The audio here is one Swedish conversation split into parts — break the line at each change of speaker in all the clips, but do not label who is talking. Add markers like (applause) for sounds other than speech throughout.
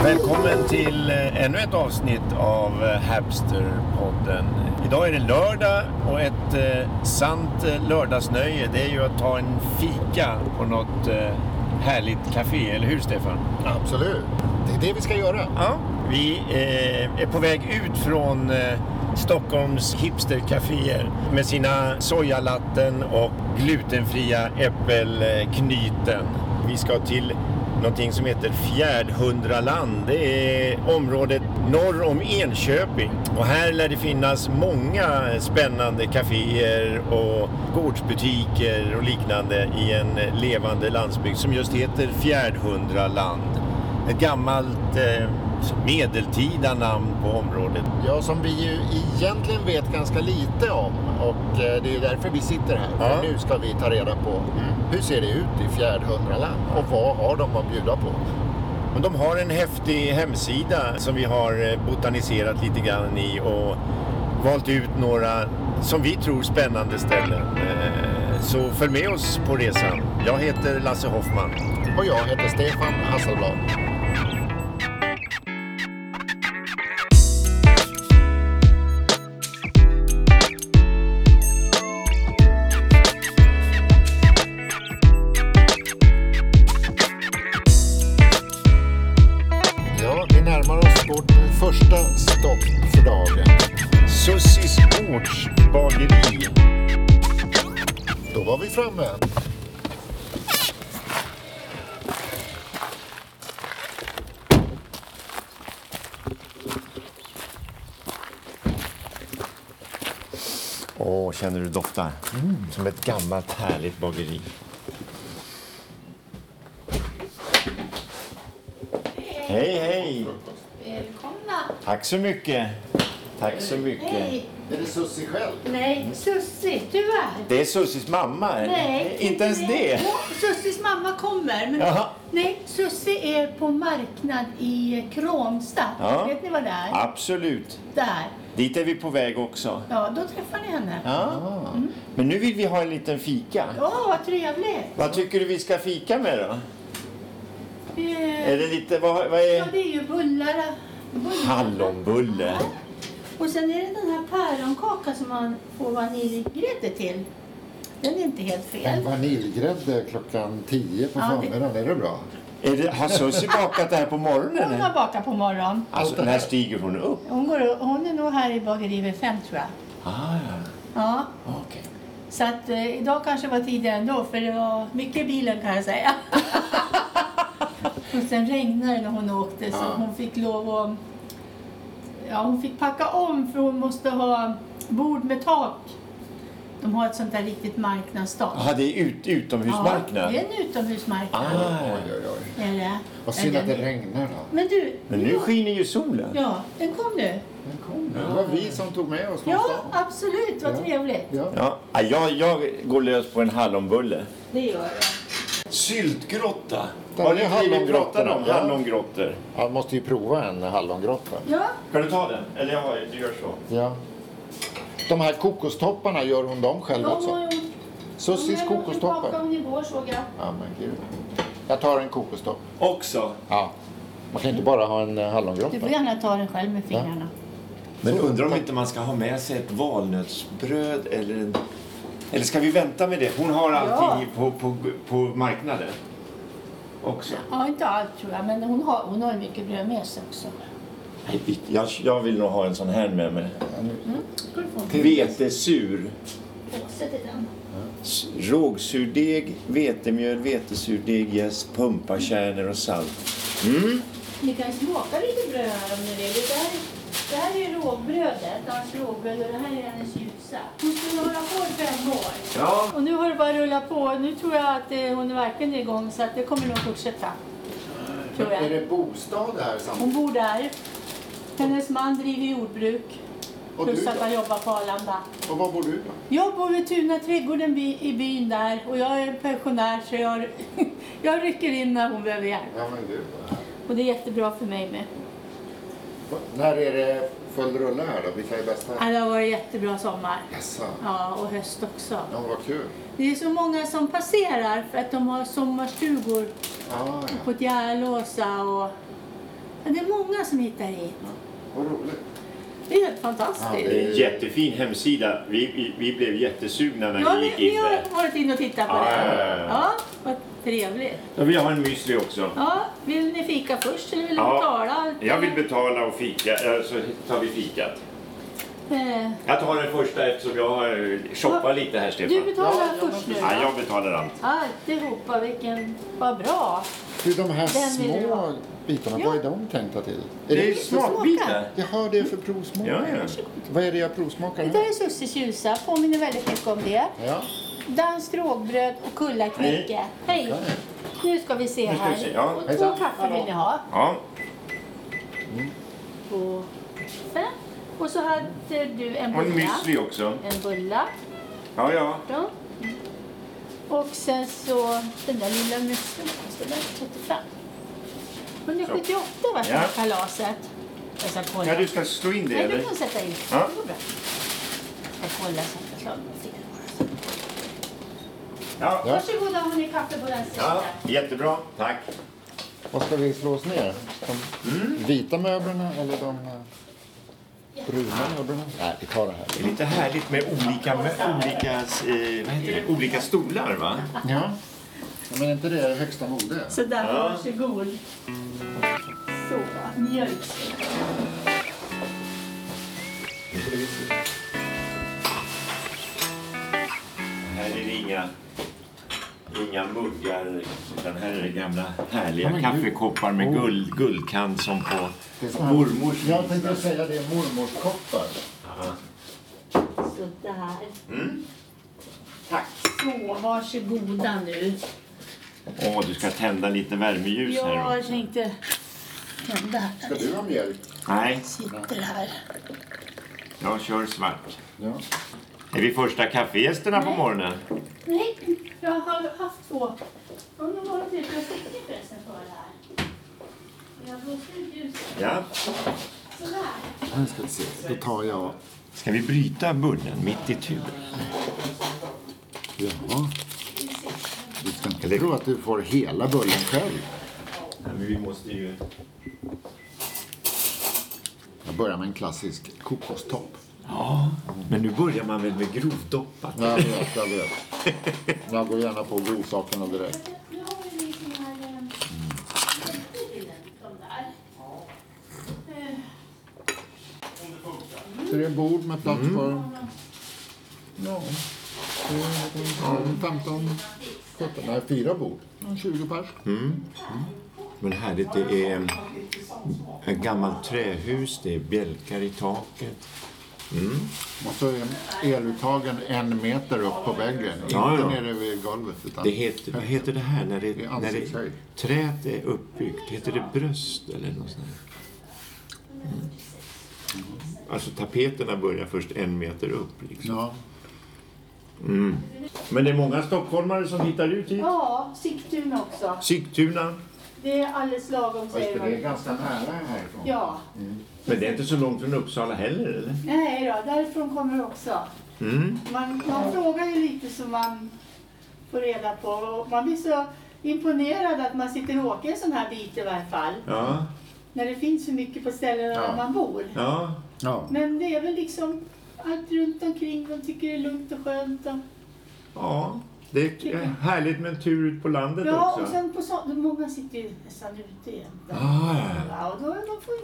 välkommen till eh, ännu ett avsnitt av eh, Hapsterpodden. Idag är det lördag och ett eh, sant eh, lördagsnöje det är ju att ta en fika på något eh, härligt café, eller hur Stefan?
Absolut. Det är det vi ska göra.
Ja. Vi eh, är på väg ut från eh, Stockholms hipstercaféer med sina sojalatten och glutenfria äppelknyten. Vi ska till någonting som heter Fjärdhundraland. Det är området norr om Enköping. Och här lär det finnas många spännande caféer och gårdsbutiker och liknande i en levande landsbygd som just heter Fjärdhundraland. Ett gammalt eh, medeltida namn på området.
Ja, som vi ju egentligen vet ganska lite om och eh, det är därför vi sitter här.
Ja.
För nu ska vi ta reda på hur ser det ut i Fjärdhundraland och vad har de att bjuda på?
Men de har en häftig hemsida som vi har eh, botaniserat lite grann i och valt ut några, som vi tror, spännande ställen. Eh, Så följ med oss på resan. Jag heter Lasse Hoffman.
Och jag heter Stefan Hasselblad. Ja, vi närmar oss vårt första stopp för dagen.
Sussis Gårds bageri.
Då var vi framme.
Åh, känner du doftar? Som ett gammalt härligt bageri. Hej, hej!
Välkomna!
Tack så mycket. Tack så mycket.
Hej!
Är det Sussi själv?
Nej, Sussi, tyvärr.
Det är Sussis mamma.
Nej,
Eh, inte ens det.
Jo, Sussis mamma kommer. Men
Jaha.
Nej, Sussi är på marknad i Krånsta.
Ja.
Vet ni vad det är?
Absolut.
Där.
Dit är vi på väg också.
Ja, då träffar ni henne. Ja,
Ja. Men nu vill vi ha en liten fika.
vad trevligt.
Vad tycker du vi ska fika med då?
Eh,
Är det lite, vad, vad är?
Ja, det är ju bullar. bullar.
Hallonbulle.
Och sen är det den här päronkakan som man får vaniljgrädde till. Den är inte helt fel.
Vaniljgrädde klockan 10 på
Ja, det-
förmiddagen, är det bra?
Är det, har
(laughs)
Sussi bakat det här på
Hon
morgonen?
har bakat på morgonen.
Alltså, när stiger hon upp?
Hon, går, och- hon är nog här i bageriet fem tror jag.
Ah, ja.
Ja,
Ah, Okej.
så att eh, idag kanske var tidigare ändå för det var mycket i bilen kan
(laughs)
jag säga. och sen regnade det när hon åkte så
Ja.
hon fick lov att... Ja, hon fick packa om för hon måste ha bord med tak. De har ett sånt där riktigt marknadstak.
Jaha, det är ut,
Ja,
utomhusmarknad?
det är en utomhusmarknad.
Ah.
Oj, oj, oj.
Är det.
Vad synd att det
Är det-
regnar då.
Men du,
Men nu skiner ju solen.
ja, den kom nu.
Den kom nu. Det var vi som tog med oss
Ja,
någonstans.
absolut, vad
Ja.
trevligt.
Ja.
Ja, ah, jag, jag går lös på en hallonbulle.
Det gör jag.
Syltgrotta.
Där
Har
är
ni hallongrottor?
hallongrottorna,
om
ja.
Hallongrottor.
Han måste ju prova en hallongrotta.
Ja,
Ska du ta den? Eller jag har ju- du gör så.
Ja. De här kokostopparna, gör hon dem själv
de har
också?
gjort
Sussis kokostoppar?
bakom igår såg jag.
Ja, men gud. Jag tar en kokostopp.
Också.
Ja. Man kan inte bara ha en eh,
Du får
hallongrotta.
gärna ta den själv med fingrarna.
Men undrar om inte man ska ha med sig ett valnötsbröd eller en... Eller ska vi vänta med det? Hon har allting i- på, på, på marknaden. Också.
Ja, inte allt tror jag, men hon har, hon har ju mycket bröd med sig också.
Nej, vi- Jag, jag vill nog ha en sån här med mig.
Ska du få en
Vetesur.
påse till den?
S- Rågsurdeg, vetemjöl, vetesurdeg, jäst, pumpakärnor och salt.
Ni kan smaka lite bröd här om ni vill. Det här, det här är rågbrödet, hans rågbröd och det här är hennes ljusa. Hon skulle hålla på i fem år.
Ja.
Och nu har det bara rullat på. Nu tror jag att eh, hon är verkligen igång så att det kommer nog fortsätta. Tror
Är
jag.
det bostad här samtidigt?
Hon bor där. Hennes man driver jordbruk.
Och du
Plus att
då?
han jobbar på Arlanda.
Och var bor du då?
Jag bor vid Tuna trädgården by, i byn där och jag är pensionär så jag, (laughs) jag rycker in när hon behöver hjälp.
Ja, men gud. vad härligt.
Och det är jättebra för mig med.
Va- När är det full rulle här då? Vilka är bästa?
Ja, Det har varit jättebra sommar.
Jaså?
Ja, och höst också.
Ja, vad kul.
Det är så många som passerar för att de har sommarstugor
Ah, ja.
på Järlåsa och Men det är många som hittar hit.
Vad roligt.
Det är helt fantastiskt.
Ja,
Det är en jättefin hemsida. Vi, vi, vi blev jättesugna när
Ja,
vi
vi,
gick in
vi
där.
har varit inne och tittat på
Ja,
det.
ja, ja, ja.
vad trevligt.
Jag vill ha en müsli också.
Ja, vill ni fika först eller vill ni
Ja.
betala?
Jag vill betala och fika, eh, så tar vi fikat.
Eh,
Jag tar den första eftersom jag har shoppat lite här,
Du
Stefan.
betalar
Ja, jag
först nu.
måste-
Ja,
va?
jag betalar allt.
Alltihopa, vilken... Vad bra.
Du, de här
Den vill du
små
ha.
bitarna,
Ja.
vad är de tänkta till?
Det
Är
är ju
det,
smakbitar.
jaha, det är för provsmak.
Ja, ja.
Vad är det jag
Det
provsmakar
där
nu?
är Sussie Tjusa, påminner väldigt mycket om det.
Ja,
Danskt rågbröd och kullaknäcke. Hej!
okej.
Nu ska vi se
Nu ska vi se,
här.
ja.
Och två
Hejsan.
kaffe vill ni ha.
Ja,
Två kaffe. Och så hade du en
och en
bulla.
müsli också.
En bulla.
Ja, ja.
Då. Och sen så den där lilla musten kostade 75. 178 var
Ja.
det kalaset. Jag ska kolla.
Ja, du ska slå in det,
Nej, du
eller?
kan sätta in.
Ja.
Det går bra. Jag ska kolla så att jag slår mig fel.
Ja,
Ja.
Varsågoda, har ni kaffe på den sidan?
ja jättebra. Tack.
Vad ska vi slå oss ner? De
Mm.
vita möblerna eller de eh, bruna möblerna? Nej, vi tar det här.
Det är lite härligt med olika, med olika, eh, vad heter det? olika stolar, va?
Ja. Ja, Men är inte det högsta mode?
Sådär,
Ja.
varsågod. Så, mjölk.
Här är det inga, inga muggar, utan här är det gamla härliga
Ja, men gud.
kaffekoppar med guld, guldkant som på
Det är såna här-
mormors
Jag tänkte
vis.
säga det, är mormorskoppar.
Ja.
Sådär.
Mm.
Tack. Så, varsågoda nu.
Åh, du ska tända lite värmeljus här då.
Jag tänkte tända här.
Ska du ha mjölk?
Nej,
Sitter här.
jag kör svart.
Ja.
Är vi första kaffegästerna på
Nej.
morgonen?
Nej, jag har haft två. Om de varit ute och stickit förresten för det här. Jag blåser ut ljuset.
Ja.
Sådär.
Nu ska vi se. Då tar jag...
Ska vi bryta bullen mitt i tur?
Jaha. Du ska inte tro att du får hela bullen själv.
men vi måste ju...
Jag börjar med en klassisk kokostopp.
Ja, men nu börjar man väl med grovdoppat?
Jag vet, jag vet. Jag går gärna på godsakerna direkt.
Nu har vi lite sån här... eh, i den, De där. Eh,
Så det är bord med plats för... Ja. det är en 15, 17, nej fyra bord. En 20 pers.
Men härligt, det är ett gammalt trähus, det är bjälkar i taket.
Och så är eluttagen en meter upp på väggen. Inte
Ja, ja.
nere vid golvet. Utan
Det heter, vad heter det här när, det,
Det är
när det,
ansiktshöjd.
träet är uppbyggt? Heter det bröst eller något sånt? Där? Mm. Alltså tapeterna börjar först en meter upp. Liksom.
Ja.
Men det är många stockholmare som hittar ut hit.
Ja, Sigtuna också.
Sigtuna.
Det är alldeles lagom
Just
säger
det, det är
de.
ganska nära härifrån.
Ja.
Men det är inte så långt från Uppsala heller eller?
Nej då, därifrån kommer det också.
Mm.
Man, man frågar ju lite som man får reda på. Och man blir så imponerad att man sitter och åker en sån här bit i varje fall.
Ja,
När det finns så mycket på ställen där
Ja.
man bor.
ja.
Ja.
Men det är väl liksom allt runt omkring. De tycker det är lugnt och skönt. Och...
ja. Det är härligt med en tur ut på landet
Ja,
också.
och sen på så... Många sitter ju nästan ute egentligen.
Ah, ja, ja.
Ja, och då är man får...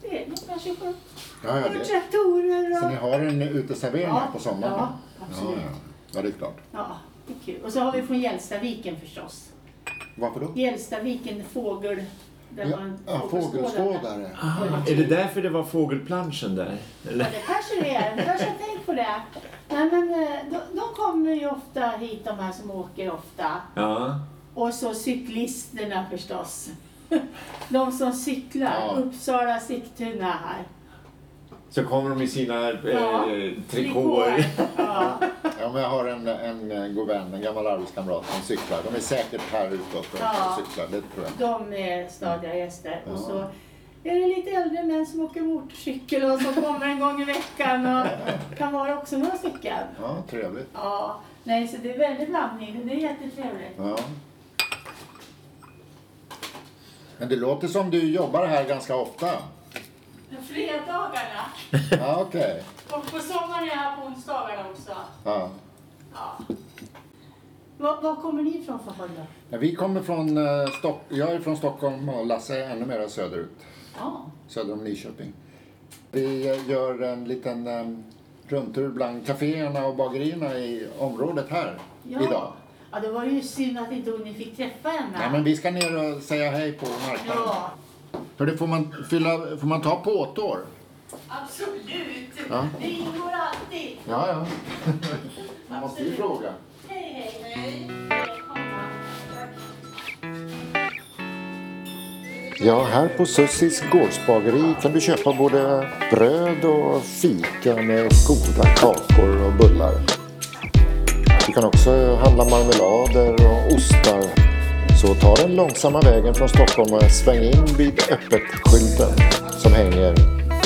Det är nog kanske skönt.
Ja, ja, det.
Traktorer
Så
och...
ni har en uteservering här på sommaren?
Ja,
ja,
absolut.
ja. ja, det är klart.
Ja, det är kul. Och så har vi från Hjälstaviken förstås.
Varför då?
Hjälstaviken fågel... Där
Ja,
man
ja, fågelskådare.
Är det därför det var fågelplanschen där?
Ja,
Eller?
det kanske det är. Jag kanske har tänkt på det. Nej, men eh, de, de kommer ju ofta hit, de här som åker ofta.
Ja.
Och så cyklisterna förstås. (laughs) De som cyklar.
Ja.
Uppsala, Sigtuna här.
Så kommer de i sina eh,
Ja.
trikåer.
Ja.
Ja, men jag har en, en, eh, god vän, en gammal arbetskamrat som cyklar. De är säkert här ute och
Ja.
cyklar, det tror jag.
De är stadiga gäster. Och så är det lite äldre män som åker motorcykel och som kommer en gång i veckan. Och kan vara också några stycken.
Ja, trevligt.
Ja, nej så det är väldigt blandning. Det är jättetrevligt.
Ja. Men det låter som du jobbar här ganska ofta.
Men Fredagarna.
Ja, okej.
Och på sommaren är jag här på onsdagarna också.
Ja.
Ja. Var, var kommer ni ifrån för håll då?
Ja, Vi kommer från eh, Stock... Jag är från Stockholm och Lasse är ännu mer söderut.
Ja.
Söder om Nyköping. Vi eh, gör en liten eh, rundtur bland kaféerna och bagerierna i området här
ja.
idag.
Ja, det var ju synd att inte ni fick träffa henne.
Nej, men vi ska ner och säga hej på marknaden.
Ja,
För det får man, fylla, får man ta påtår?
absolut.
Ja.
Det ingår alltid.
Ja, ja. Man måste ju
Absolut.
fråga.
Hej, hej. Hej. Välkomna.
Ja, här på Sussis gårdsbageri kan du köpa både bröd och fika med goda kakor och bullar. Du kan också handla marmelader och ostar. Så ta den långsamma vägen från Stockholm och sväng in vid öppet-skylten som hänger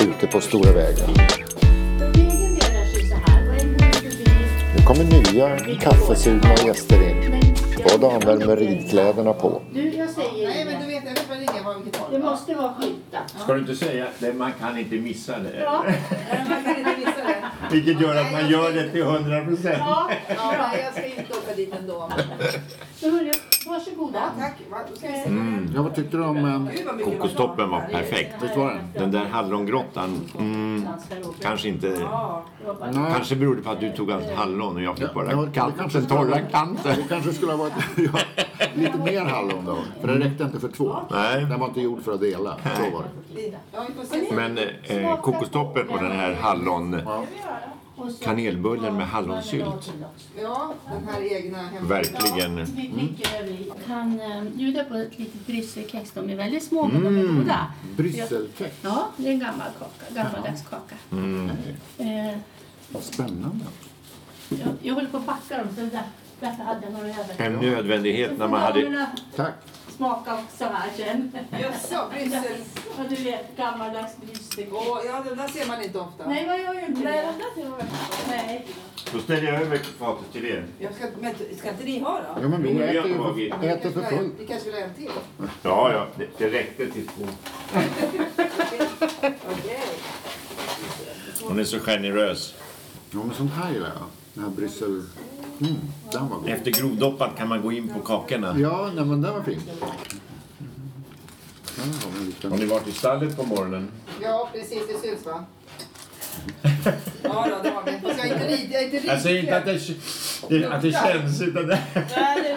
ute på Stora vägen.
För egen del är det så här. Vad är det för bil?
Nu kommer nya kaffesugna gäster in.
Men-
Båda använder ridkläderna på.
Du, jag säger
Nej, men du
inget.
vet, jag vet vad det är, vad vilket håll.
Det måste vara skyltat.
Ska du inte säga att det- man kan inte missa det?
Ja,
Nej, man kan inte missa det.
Vilket gör att man gör det till 100 procent.
ja.
Ja, nej, jag ska inte åka dit ändå.
Så hörru, varsågoda.
Tack. va, då ska vi se.
Mm.
Gud,
Ja, vad tyckte du om... eh,
vad mycket
Kokostoppen var
mat det är.
perfekt.
Visst var den?
Den där hallongrottan, mm, kanske inte...
Ja.
Kanske berodde på att du tog allt hallon och jag fick
Ja,
bara
det
kanten,
kanske
den torra
stämmer.
kanten.
Det kanske skulle ha varit ja, (laughs) lite mer hallon då. För det räckte inte för två.
Nej.
Den var inte gjord för att dela. Så var det.
Vi- Ja, vi får se.
Men eh, kokostoppen och den här hallon... Kanelbullen med hallonsylt.
Ja, den här egna hemma.
Verkligen.
Vi dricker över hit. Kan eh, bjuda på ett litet brysselkex. De är väldigt små men de
Mm.
är goda.
Brysselkex.
Ja, det är en gammal kaka, gammaldags kaka.
mm,
Eh,
Vad spännande.
jag, jag håller på att packa dem så där, därför hade jag några över.
En nödvändighet Eh, när man hade...
Damerna
Tack.
smaka också här sen.
Jösså, Bryssel.
Och du vet, gammaldags brysselkex.
Åh, ja, den där ser man inte ofta.
Nej, vad gör ju inte det. Nej.
Då ställer jag över fatet till er.
Jag ska, men ska inte ni ha då?
Ja, men
Jo,
vi
men vi
äter, ju
har tagit.
för, äter för fullt.
Vi kanske vill ha en till?
Ja, ja, det, det räckte till två.
Okej.
Hon är så generös.
Ja, men sånt här gillar jag. Den här Bryssel... Mm, den var god.
Efter grovdoppat kan man gå in på kakorna.
Ja, nej, men den var fin. Den var en
Har
liten...
ni varit i stallet på morgonen?
Ja, precis. Det syns, va? Ja, då, det har vi. Så jag är inte rid- jag är inte
Jag säger inte att
ridklöv.
det, det, att det känns, utan det...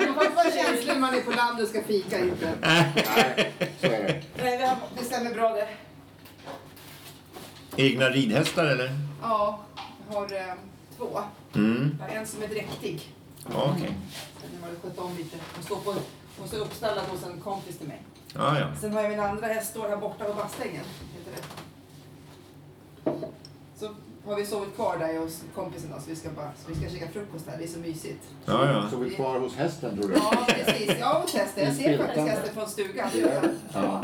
Man får inte vara känslig när man är på landet och ska fika. Inte.
Nej, så är det.
Nej, vi har- det stämmer bra det.
Egna ridhästar, eller?
Ja, jag har eh, två.
Mm.
Jag har en som är dräktig.
Ja, okej.
Den har jag skött om lite. Hon står, på, hon står uppstallad hos en kompis till mig.
Ja, ja.
Sen har jag min andra häst står här borta på Bastängen. Heter det. Så har vi sovit kvar där jag hos kompisen då, så vi ska, bara, så vi ska käka frukost där. Det är så mysigt.
ja, ja.
Så vi är kvar hos hästen, tror du?
Ja, precis. Ja, hos hästen. Jag ser faktiskt hästen från stugan. Det gör jag.
Ja.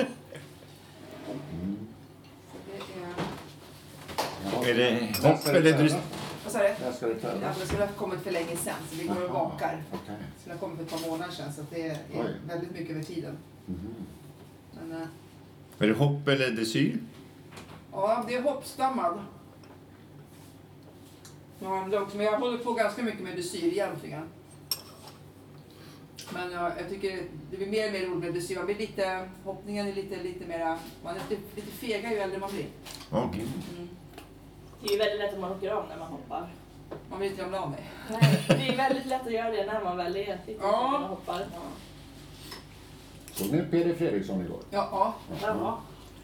Så det är...
Är det hopp eller dryst?
Vad sa du?
Där ska det
Ja,
födas.
det skulle ha kommit för länge sen, så vi går och vakar.
Okej.
som har kommit för ett par månader sedan så att det är
Oj.
väldigt mycket över tiden. Men eh,
Är det hopp eller dressyr?
ja, det är hoppstammad. Ja, det är också, men jag håller på ganska mycket med dressyr egentligen. Men ja, jag tycker det blir mer och mer roligt med dressyr. Man blir lite, hoppningen är lite, lite mera, man är lite, lite fega ju äldre man blir.
Okej.
Det är ju väldigt lätt att man åker av när man hoppar.
Man vill inte ramla av mig.
Det är väldigt lätt att göra det när man väl är riktigt
Ja.
när man hoppar.
Såg ni Peder Fredriksson igår?
Ja, ja.
Ja.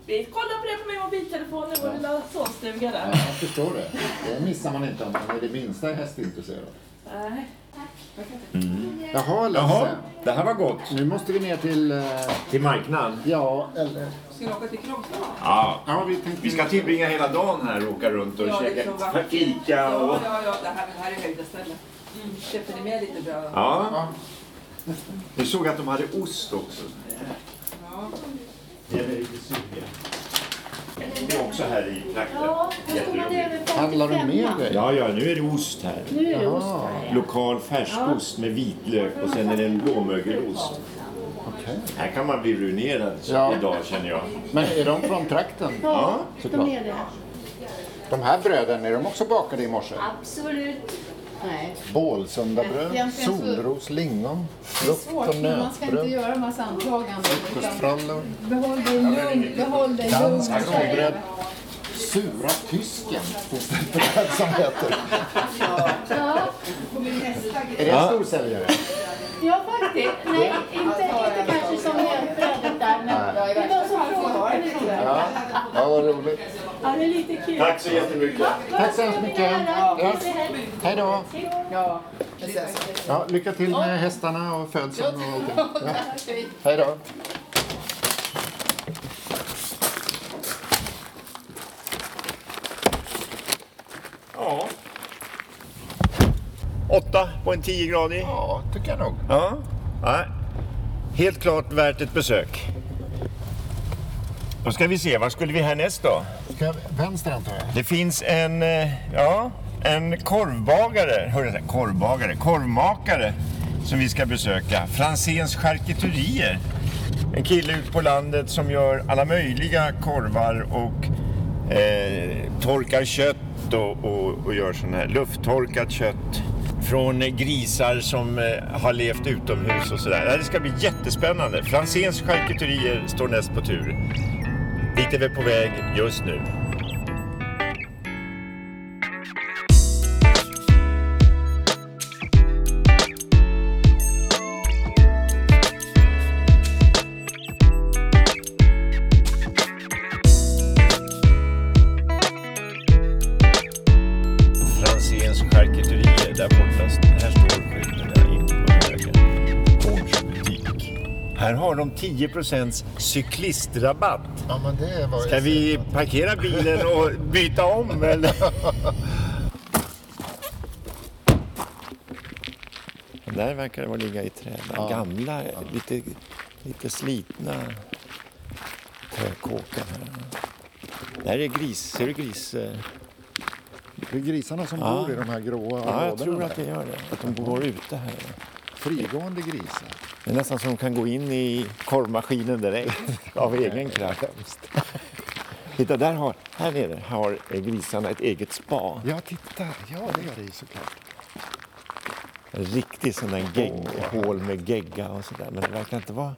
Vi kollar på det på min mobiltelefon i vår lilla sovstuga
Ja,
där.
jag förstår det. Det missar man inte om man är det minsta hästintresserad.
Nej.
Jaha,
Jaha, det här var gott.
Nu måste vi ner till... eh,
Till marknaden?
Ja, eller...
Ska vi åka till Kråkstorp?
Ja.
Ja, vi tänkte...
Vi ska tillbringa hela dagen här och åka runt och
Ja, det är så
käka
vackert.
fika och...
Ja, ja, ja, det här, det här är höjda stället. Köper ni med lite bröd?
Ja. Vi såg att de hade ost också.
Ja.
Jag är lite sugen. Det är också här i trakten.
Ja, då står man över 55.
Handlar du med dig?
Ja, ja, nu är det ost här.
Nu är det
Jaha.
ost här.
Lokal färskost med vitlök och sen är det en blåmögelost.
Okej. Okej.
Här kan man bli ruinerad
Ja.
idag känner jag.
Men är de från trakten?
Ja,
såklart.
de är det.
De här bröden, är de också bakade i morse?
Absolut. Nej.
Bålsundabröd,
Egentligen så-
solros, lingon,
Det är
frukt
svårt,
och
men man ska inte
nötbröd,
göra en massa antaganden. utan
frallor,
Behåll dig lugn, behåll dig lugn.
danskt skolbröd. Sura tysken finns det ett bröd som heter.
Ja,
Är det en storsäljare?
ja faktiskt. Nej, inte, inte kanske som mjölkbrödet där, men det var som frågade tror jag.
Ja, ja vad roligt.
Ja, det är lite kul.
Tack så jättemycket.
Tack så hemskt mycket. Ja. Hej då.
Ja, men sen så.
Ja, lycka till med hästarna och födseln och allting. Ja.
Hej.
Hej då.
Ja. Åtta på en 10-gradig.
Ja, tycker jag nog.
Ja. Nej. Helt klart värt ett besök. Då ska vi se, var skulle vi härnäst då?
Ska jag vänster antar jag?
Det finns en, eh, ja, en korvbagare, hörru, där, korvbagare, korvmakare som vi ska besöka. Franzéns charkuterier. En kille ute på landet som gör alla möjliga korvar och eh, torkar kött och, och, och gör sån här lufttorkat kött från eh, grisar som eh, har levt utomhus och sådär. Det ska bli jättespännande. Franzéns charkuterier står näst på tur. Dit är vi på väg just nu. Franzéns charkuterier där borta. Här står skylten där inne på höger. Gårdsbutik. Här har de 10 cyklistrabatt.
Ja, men det var ju
Ska vi parkera bilen och byta om eller? Den där verkar det vara ligga i träden. Gamla, lite, lite slitna träkåkar. här. Där är gris, ser du gris? eh?
Det är grisarna som bor i de här gråa
Ja, jag
lådorna
tror
där.
att det gör det. Att de går ute här.
Frigående grisar.
Det är nästan som de kan gå in i korvmaskinen direkt (laughs) av egen kraft. Titta, där har, här nere har grisarna ett eget spa.
Ja, titta. Ja, det är det ju såklart.
En riktig sån där gegghål med gegga och sådär. Men det verkar inte vara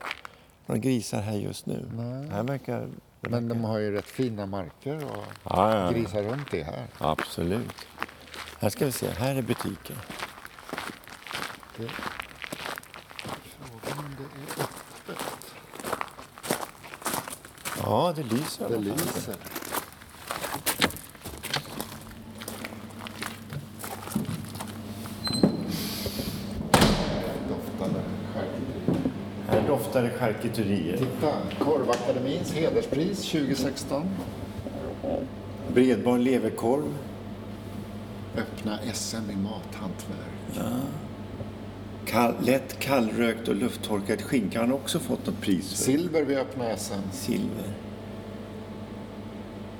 några grisar här just nu. Här verkar...
Men de har ju rätt fina marker och
Ja, ja, ja.
grisar runt det här.
Absolut. Här ska vi se, här är butiken.
Frågan om det är öppet.
Ja, det lyser.
Det lyser. Doftar det. Skärpigt.
Här doftar det charkuterier.
Titta, Korvakademins hederspris 2016.
Bredbar leverkorv.
Öppna SM i mathantverk.
Kall, lätt kallrökt och lufttorkad skinka har han också fått något pris för.
Silver vid öppna SM.
Silver.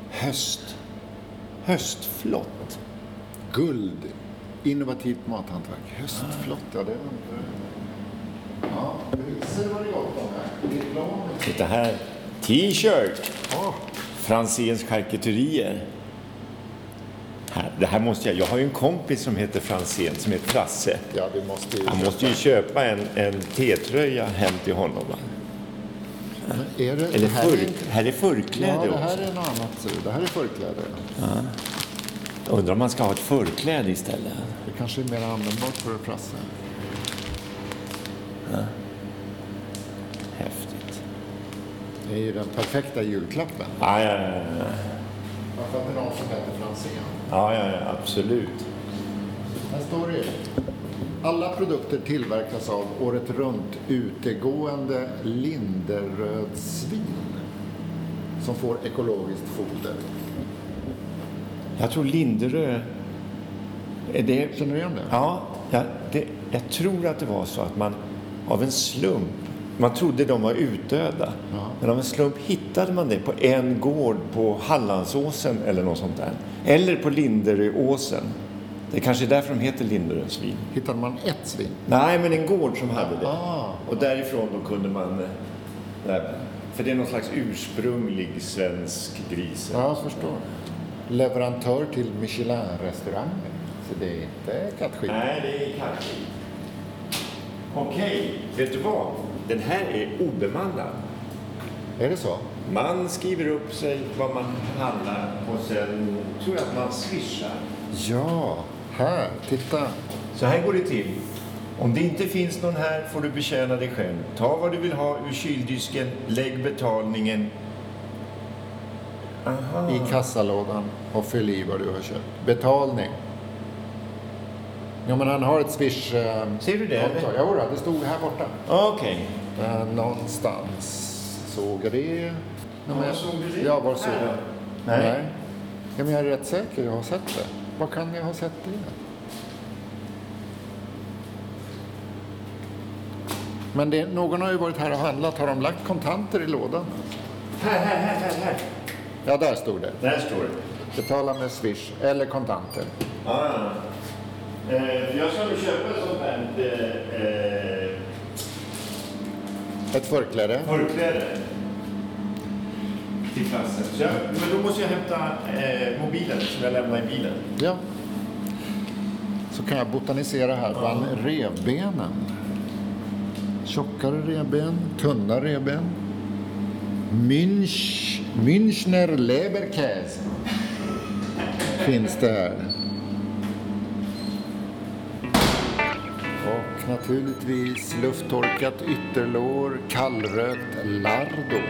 Höst. Höstflott.
Guld. Innovativt mathantverk. Höstflott, ja det undrar jag. Ja, priser var det gott om här. Reklam.
Titta här. T-shirt. Franzéns charkuterier. Här, det här måste jag. Jag har ju en kompis som heter Franzén, som heter Frasse.
Ja, vi måste ju...
Jag måste ju köpa en, en T-tröja hem till honom. Va?
Är det,
Eller
det här är
fur,
inte-
här är förkläde
Ja, det här
också.
är något annat. Det här är förkläde.
Undrar om man ska ha ett förkläde istället.
Det kanske är mer användbart för Frasse.
Häftigt.
Det är ju den perfekta julklappen.
Ja, ja, ja, ja.
Varför inte någon som heter Franzén?
ja, ja, ja absolut.
Här står det ju. Alla produkter tillverkas av året runt utegående linderödsvin som får ekologiskt foder.
Jag tror Linderö... Är det...
Känner du igen det?
Ja, jag, det, jag tror att det var så att man av en slump, man trodde de var utdöda, men av en slump hittade man det på en gård på Hallandsåsen eller något sånt där. Eller på Linderöåsen. Det kanske är därför de heter Linderödsvin.
Hittade man ett svin?
Nej, men en gård som hade det.
Ah.
Och därifrån då kunde man... eh, Där, för det är någon slags ursprunglig svensk gris.
Ja, jag förstår. Leverantör till Michelin-restauranger. Så det är inte kattskit.
Nej, det är kanske. Okej, vet du vad? Den här är obemannad.
Är det så?
Man skriver upp sig vad man handlar och sen tror jag att man swishar.
Ja, här. Titta.
Så här går det till. Om det inte finns någon här får du betjäna dig själv. Ta vad du vill ha ur kyldisken, lägg betalningen.
I
Ah.
kassalådan och fyll i vad du har köpt. Betalning. Jo, men han har ett swish... Eh,
Ser du det,
konto.
eller?
Jodå, det stod här borta.
Okej.
Eh, någonstans såg jag det. Ja, men,
såg du det?
Ja, var såg jag?
Här.
Nej.
Nej.
Ja, men jag är rätt säker, jag har sett det. Var kan jag ha sett det? Men det, någon har ju varit här och handlat. Har de lagt kontanter i lådan?
Här, här, här, här, här.
Ja, där stod det.
Där står det.
Betala med swish eller kontanter.
Ja, ja, ja. Ah. Eh, jag ska väl köpa ett sånt här eh, eh,
Ett förkläde.
förkläde till klassen. Så jag, men då måste jag hämta eh, mobilen som jag lämnade i bilen.
Ja. Så kan jag botanisera här bland revbenen. Tjockare revben, tunna revben. Münch, Münchner Leberkäse finns det här. Och naturligtvis lufttorkat ytterlår, kallrökt lardo,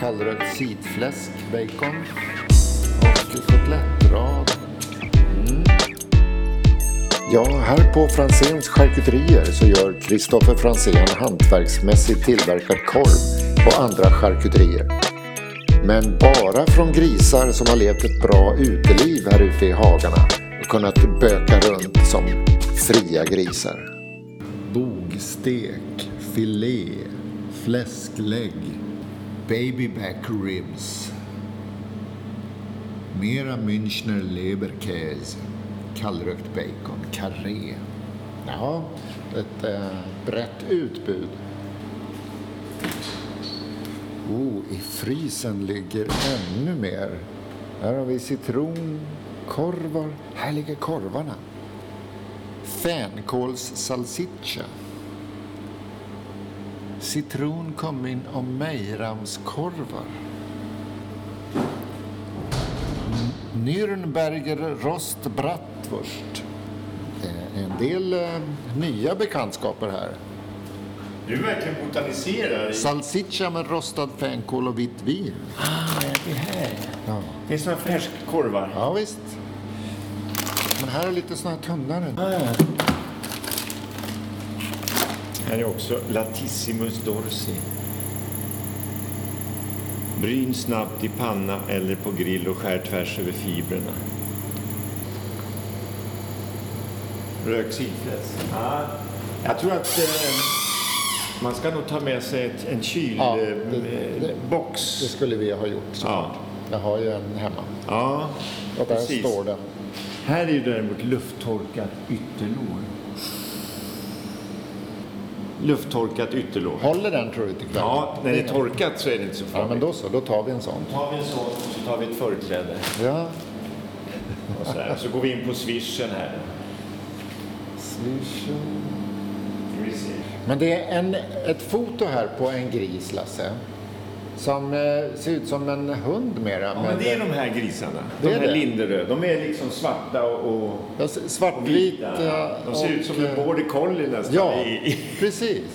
kallrökt sidfläsk, bacon och kotlettrad. Mm. Ja, här på Franzéns charkuterier så gör Kristoffer Franzén hantverksmässigt tillverkad korv och andra charkuterier. Men bara från grisar som har levt ett bra uteliv här ute i hagarna och kunnat böka runt som fria grisar. Bogstek, filé, fläsklägg, babyback ribs. Mera Münchner Leberkäse. Kallrökt bacon, karré. Ja, ett eh, brett utbud. Oh, i frysen ligger ännu mer. Här har vi citronkorvar. Här ligger korvarna. Fänkålssalsiccia. Citron, kummin och mejramskorvar. Nürnberger Rostbratwurst. Eh, En del eh, nya bekantskaper här.
Du verkligen botaniserar i...
Salsiccia med rostad fänkål och vitt vin.
det Ah, här.
Ja.
Det är såna färskkorvar.
ja, visst. Men här är lite såna här tunnare.
Ah. Här är också latissimus dorsi. Bryn snabbt i panna eller på grill och skär tvärs över fibrerna. Rök sidfläsk. Ja. Jag tror att eh, man ska nog ta med sig ett, en kylbox.
Ja, det-
eh,
det-
box.
Det skulle vi ha gjort såklart.
Ja.
Jag har ju en hemma.
ja,
Och där
precis.
står den.
Här är ju däremot lufttorkat ytterlår. Lufttorkat ytterlår.
Håller den tror du till kvällen?
Ja, när det är torkat så är det inte så
Ja,
farligt.
men då så. Då tar vi en sån.
tar vi en sån och så tar vi ett förkläde.
Ja.
Och så, här. så går vi in på swishen här.
Swishen.
Ska vi se.
Men det är en, ett foto här på en gris, Lasse. Som eh, ser ut som en hund mera.
Ja, men det är de här grisarna.
Det
De
är det.
här linderöd. De är liksom svarta och, och,
Ja, s-
och
Svartvit.
vita.
eh,
De ser ut
och,
som en
eh,
border collie nästan.
Ja,
I, i,
precis.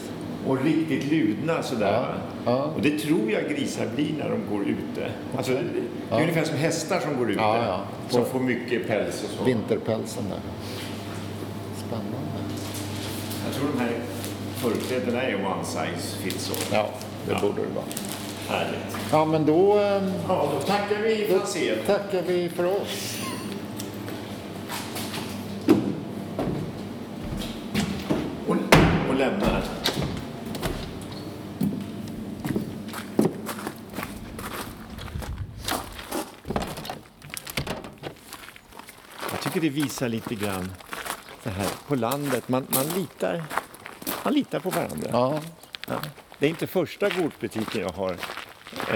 och riktigt ludna sådär.
Ja,
va?
ja.
Och det tror jag grisar blir när de går ute. Alltså, det är ungefär som hästar som går ute.
Ja, ja.
Som får mycket päls och så.
Vinterpälsen där. Spännande.
Jag tror de här förklädena är one size fits all.
Ja, det
Ja.
borde det vara.
Härligt.
Ja, men då eh,
Ja, då tackar vi Franzén.
tackar vi för oss.
och, och lämnar. Jag tycker tycker det visar lite grann det här på landet. Man, man, litar, man litar på varandra.
Ja.
Det är inte första gårdsbutiken jag har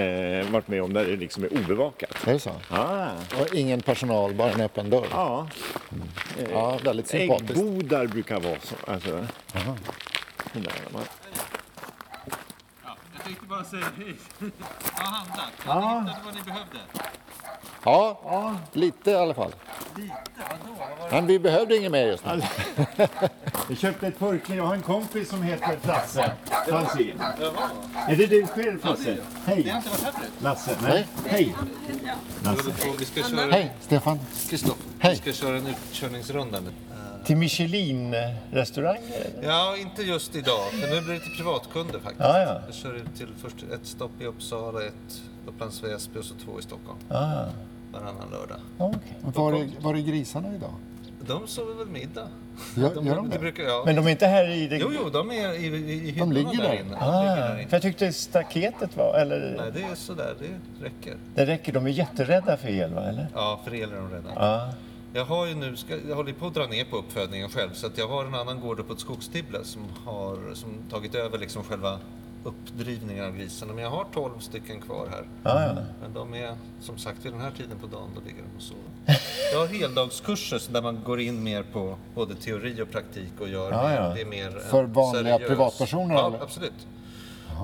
eh, varit med om där det liksom är obevakat.
Är det så?
Ah.
Och ingen personal, bara en öppen dörr.
Ja,
Ja, väldigt sympatiskt.
äggbodar brukar vara så. Alltså, de där, man,
Ja, jag tänkte bara säga hej. Jag har handlat. Jag har hittat vad ni behövde.
Ja, lite i alla fall. Men vi behövde inget mer just nu.
(laughs) Jag Alltså, köpte ett purkling. Jag har en kompis som heter Lasse Franzén. Är det du själv, Lasse?
Ni har
Hej,
inte varit här förut?
Lasse.
Nej.
Nej. Hej.
Och Vi ska köra,
Hej, Stefan.
Kristoffer,
Hej.
vi ska köra en utkörningsrunda nu.
Till Michelin-restauranger?
Ja, inte just idag, för nu blir det till privatkunder faktiskt.
Ja, ja.
Jag kör ut till först ett stopp i Uppsala, ett Upplands Väsby och så två i Stockholm.
Ah,
Varannan lördag.
okej.
Var är, var är grisarna idag?
De sover väl middag?
Gör de, gör de
det?
det?
brukar jag.
Men de är inte här i... Det...
Jo, jo, de är i, i, i hyllorna
ligger där.
inne. De
Ah,
ligger där
för
inne.
jag tyckte staketet var... Eller,
Nej, det är sådär, det räcker.
det räcker, de är jätterädda för el, va? Eller?
Ja, för el är de redan.
Ja.
Jag, har ju nu, ska, jag håller på att dra ner på uppfödningen själv så att jag har en annan gård uppe på Skogstibble som har som tagit över liksom själva uppdrivningen av grisarna. Men jag har 12 stycken kvar här.
Ah, ja.
Men de är som sagt vid den här tiden på dagen, då ligger de och sover. Jag har heldagskurser så där man går in mer på både teori och praktik och gör
Ja,
mer.
ja.
Det är mer en
För vanliga
seriös-
privatpersoner,
Ja,
eller?
absolut.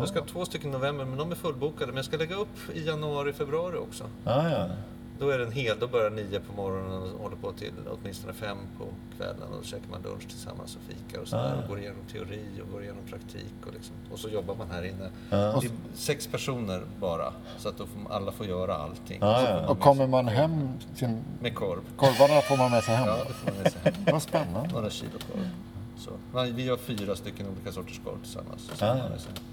Jag ska ha två stycken i november men de är fullbokade. Men jag ska lägga upp i januari, februari också.
Ah, ja.
Då är den hel, då börjar nio på morgonen och håller på till åtminstone fem på kvällen. Och då käkar man lunch tillsammans och fikar och
Ah.
sådär. Och går igenom teori och går igenom praktik. Och, liksom. och så jobbar man här inne.
Ah.
Det är sex personer bara. Så att då får man, alla får göra allting.
Ah,
Så
ja.
får man
Och kommer man hem, sin,
Med korv.
korvarna får man med sig hem?
Ja, det får man med sig hem.
Vad
(laughs)
spännande.
Några kilo korv. Så. Nej, vi har fyra stycken olika sorters korv tillsammans. Så
Ah.
får man med sig hem.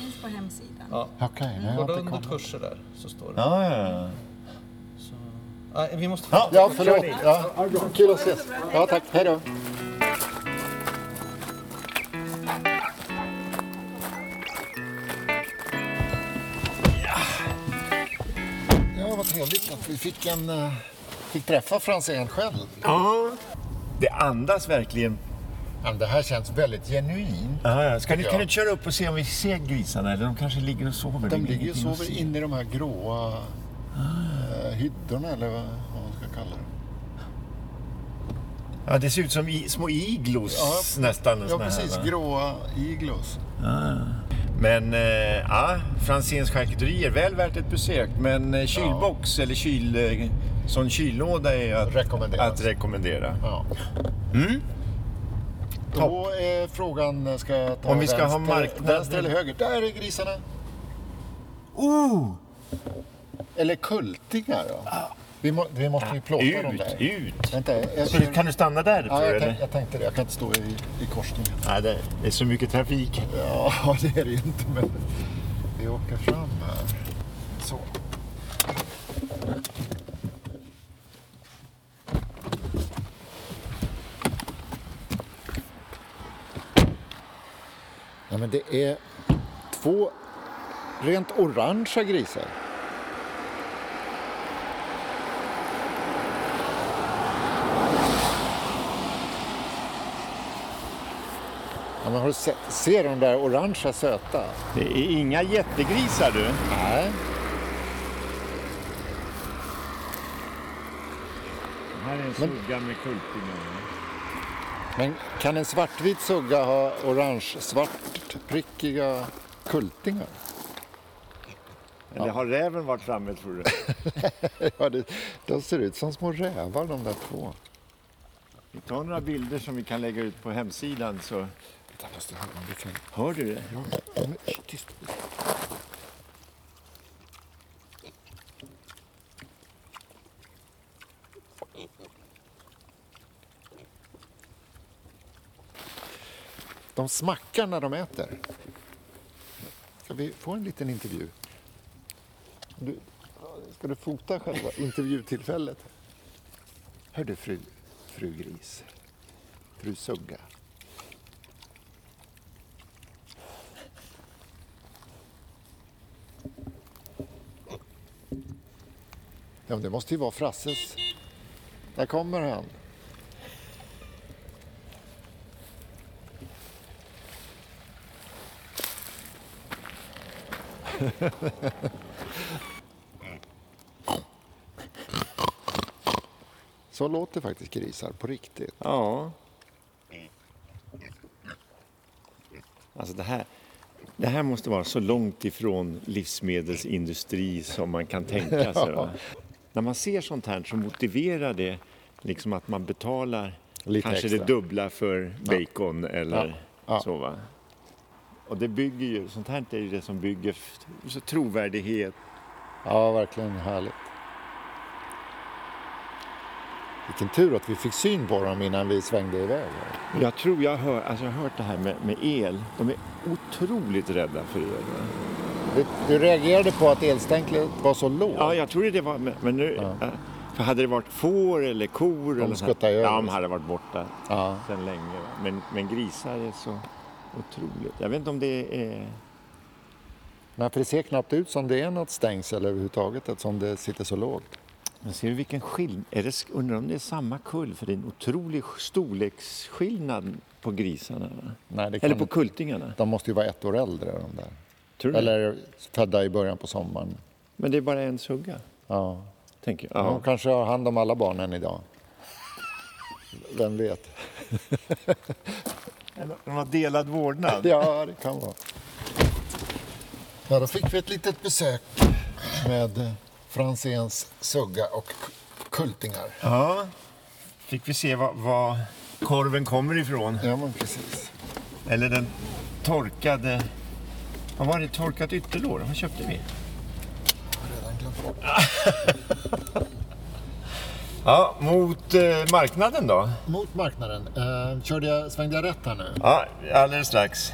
finns på hemsidan.
Ja.
Okej, nu har jag
Kolla
inte
under
kollat.
kurser där så står det.
Ah, ja.
Nej, vi måste...
Ja, förlåt. Ja, kul att ses. Ja, tack. Hej då. Ja, vad trevligt att vi fick, en, eh, fick träffa Franzén själv.
ja, det andas verkligen.
Ja, men Det här känns väldigt genuint.
Ah, ja. Ska ni,
Ja.
kan ni köra upp och se om vi ser grisarna? Eller de kanske ligger och sover?
De ligger och
ingenting att
sover
se.
inne i de här gråa eh, hyddorna eller vad vad man ska kalla det.
Ja, det ser ut som i, små iglos nästan. och
Ja,
såna här,
precis.
va?
Gråa iglos.
Men eh, ja, Franzéns charkuterier, väl värt ett besök. Men eh, kylbox eller kyl, eh, sån kyllåda är att
Rekommenderas.
att rekommendera. Mm?
Ja. Då är frågan, ska jag ta
Om vi ska ha
vänster-
marknaden.
vänster eller höger? Där är grisarna.
Oh!
Eller kultingar då? Vi, må, vi måste ju plåta dem
Ah. Ut,
där.
ut!
Vänta, jag,
Så, kan du stanna där tror
ja,
du,
jag,
eller?
tänkte, jag tänkte det. Jag kan inte stå i, i korsningen.
Nej, det det är så mycket trafik.
Ja, det är det ju inte, men vi åker fram här. Så. Ja, men det är två rent orangea grisar. Ja, men har du sett, ser de där orangea söta?
Det är inga jättegrisar du.
Nej.
Det här är en sugga med kultingar.
Men kan en svartvit sugga ha orange-svartprickiga kultingar?
Eller har räven varit framme tror du?
Ja, det, de ser ut som små rävar de där två.
Vi tar några bilder som vi kan lägga ut på hemsidan så... Hör du det?
Men, sh, tyst. De smackar när de äter. Ska vi få en liten intervju? Du, ska du fota själva intervjutillfället? Hör du, fru, fru Gris. Fru Sugga. Ja, men det måste ju vara Frasses. Där kommer han. Så låter faktiskt grisar på riktigt.
Ja. Alltså det här, det här måste vara så långt ifrån livsmedelsindustri som man kan tänka sig. Va? När man ser sånt här så motiverar det liksom att man betalar
Lite
kanske
extra.
det dubbla för bacon eller
Ja.
så. Va? Och det bygger ju, sånt här är ju det som bygger f- så trovärdighet.
Ja, verkligen härligt. Vilken tur att vi fick syn på dem innan vi svängde iväg. här.
Jag tror jag hör, alltså jag har hört det här med, med el. De är otroligt rädda för el. Va?
Du, du reagerade på att elstänklet var så lågt.
Ja, jag trodde det var... men- Men nu... eh, För hade det varit får eller kor... eller så här-
skuttar ju
Ja,
över.
de hade varit borta
Ja.
sedan länge. va. Men, men grisar är så otroligt... Jag vet inte om det är...
Nej, för det ser knappt ut som det är något stängsel överhuvudtaget eftersom det sitter så lågt.
Men ser du vilken skillnad? Är det, sk- undrar om det är samma kull? För det är en otrolig storleksskillnad på grisarna. Va?
Nej, det kan
Eller på
inte.
kultingarna.
De måste ju vara ett år äldre de där.
Tror du? Eller...
Eller födda i början på sommaren.
Men det är bara en sugga,
Ja.
tänker jag.
De
Ja.
kanske har hand om alla barnen idag. Vem vet?
De har delad vårdnad.
Ja, det kan vara. Ja, då fick vi ett litet besök med Franzéns sugga och k- kultingar.
Ja. Fick vi se var, var korven kommer ifrån.
Ja, men precis.
Eller den torkade... Vad var det? Torkat ytterlår? Vad köpte vi? (laughs)
Redan glömt bort.
Ja, mot eh, marknaden då?
Mot marknaden. Eh, körde jag, svängde jag rätt här nu?
Ja, alldeles strax.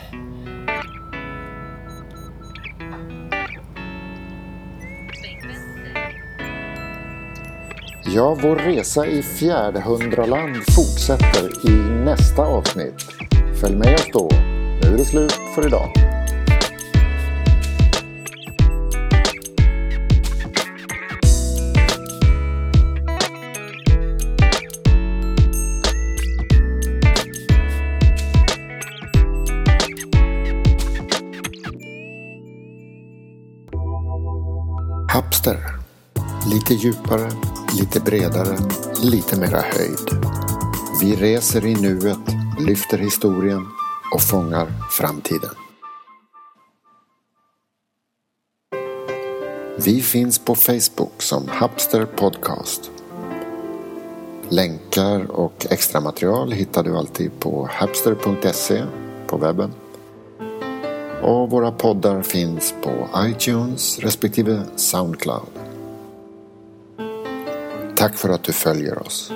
Ja, vår resa i fjärdhundraland fortsätter i nästa avsnitt. Följ med oss då. Nu är det slut för idag. Hapster. Lite djupare, lite bredare, lite mera höjd. Vi reser i nuet, lyfter historien och fångar framtiden. Vi finns på Facebook som Hapster Podcast. Länkar och extra material hittar du alltid på hapster.se på webben. Och våra poddar finns på iTunes respektive Soundcloud. Tack för att du följer oss.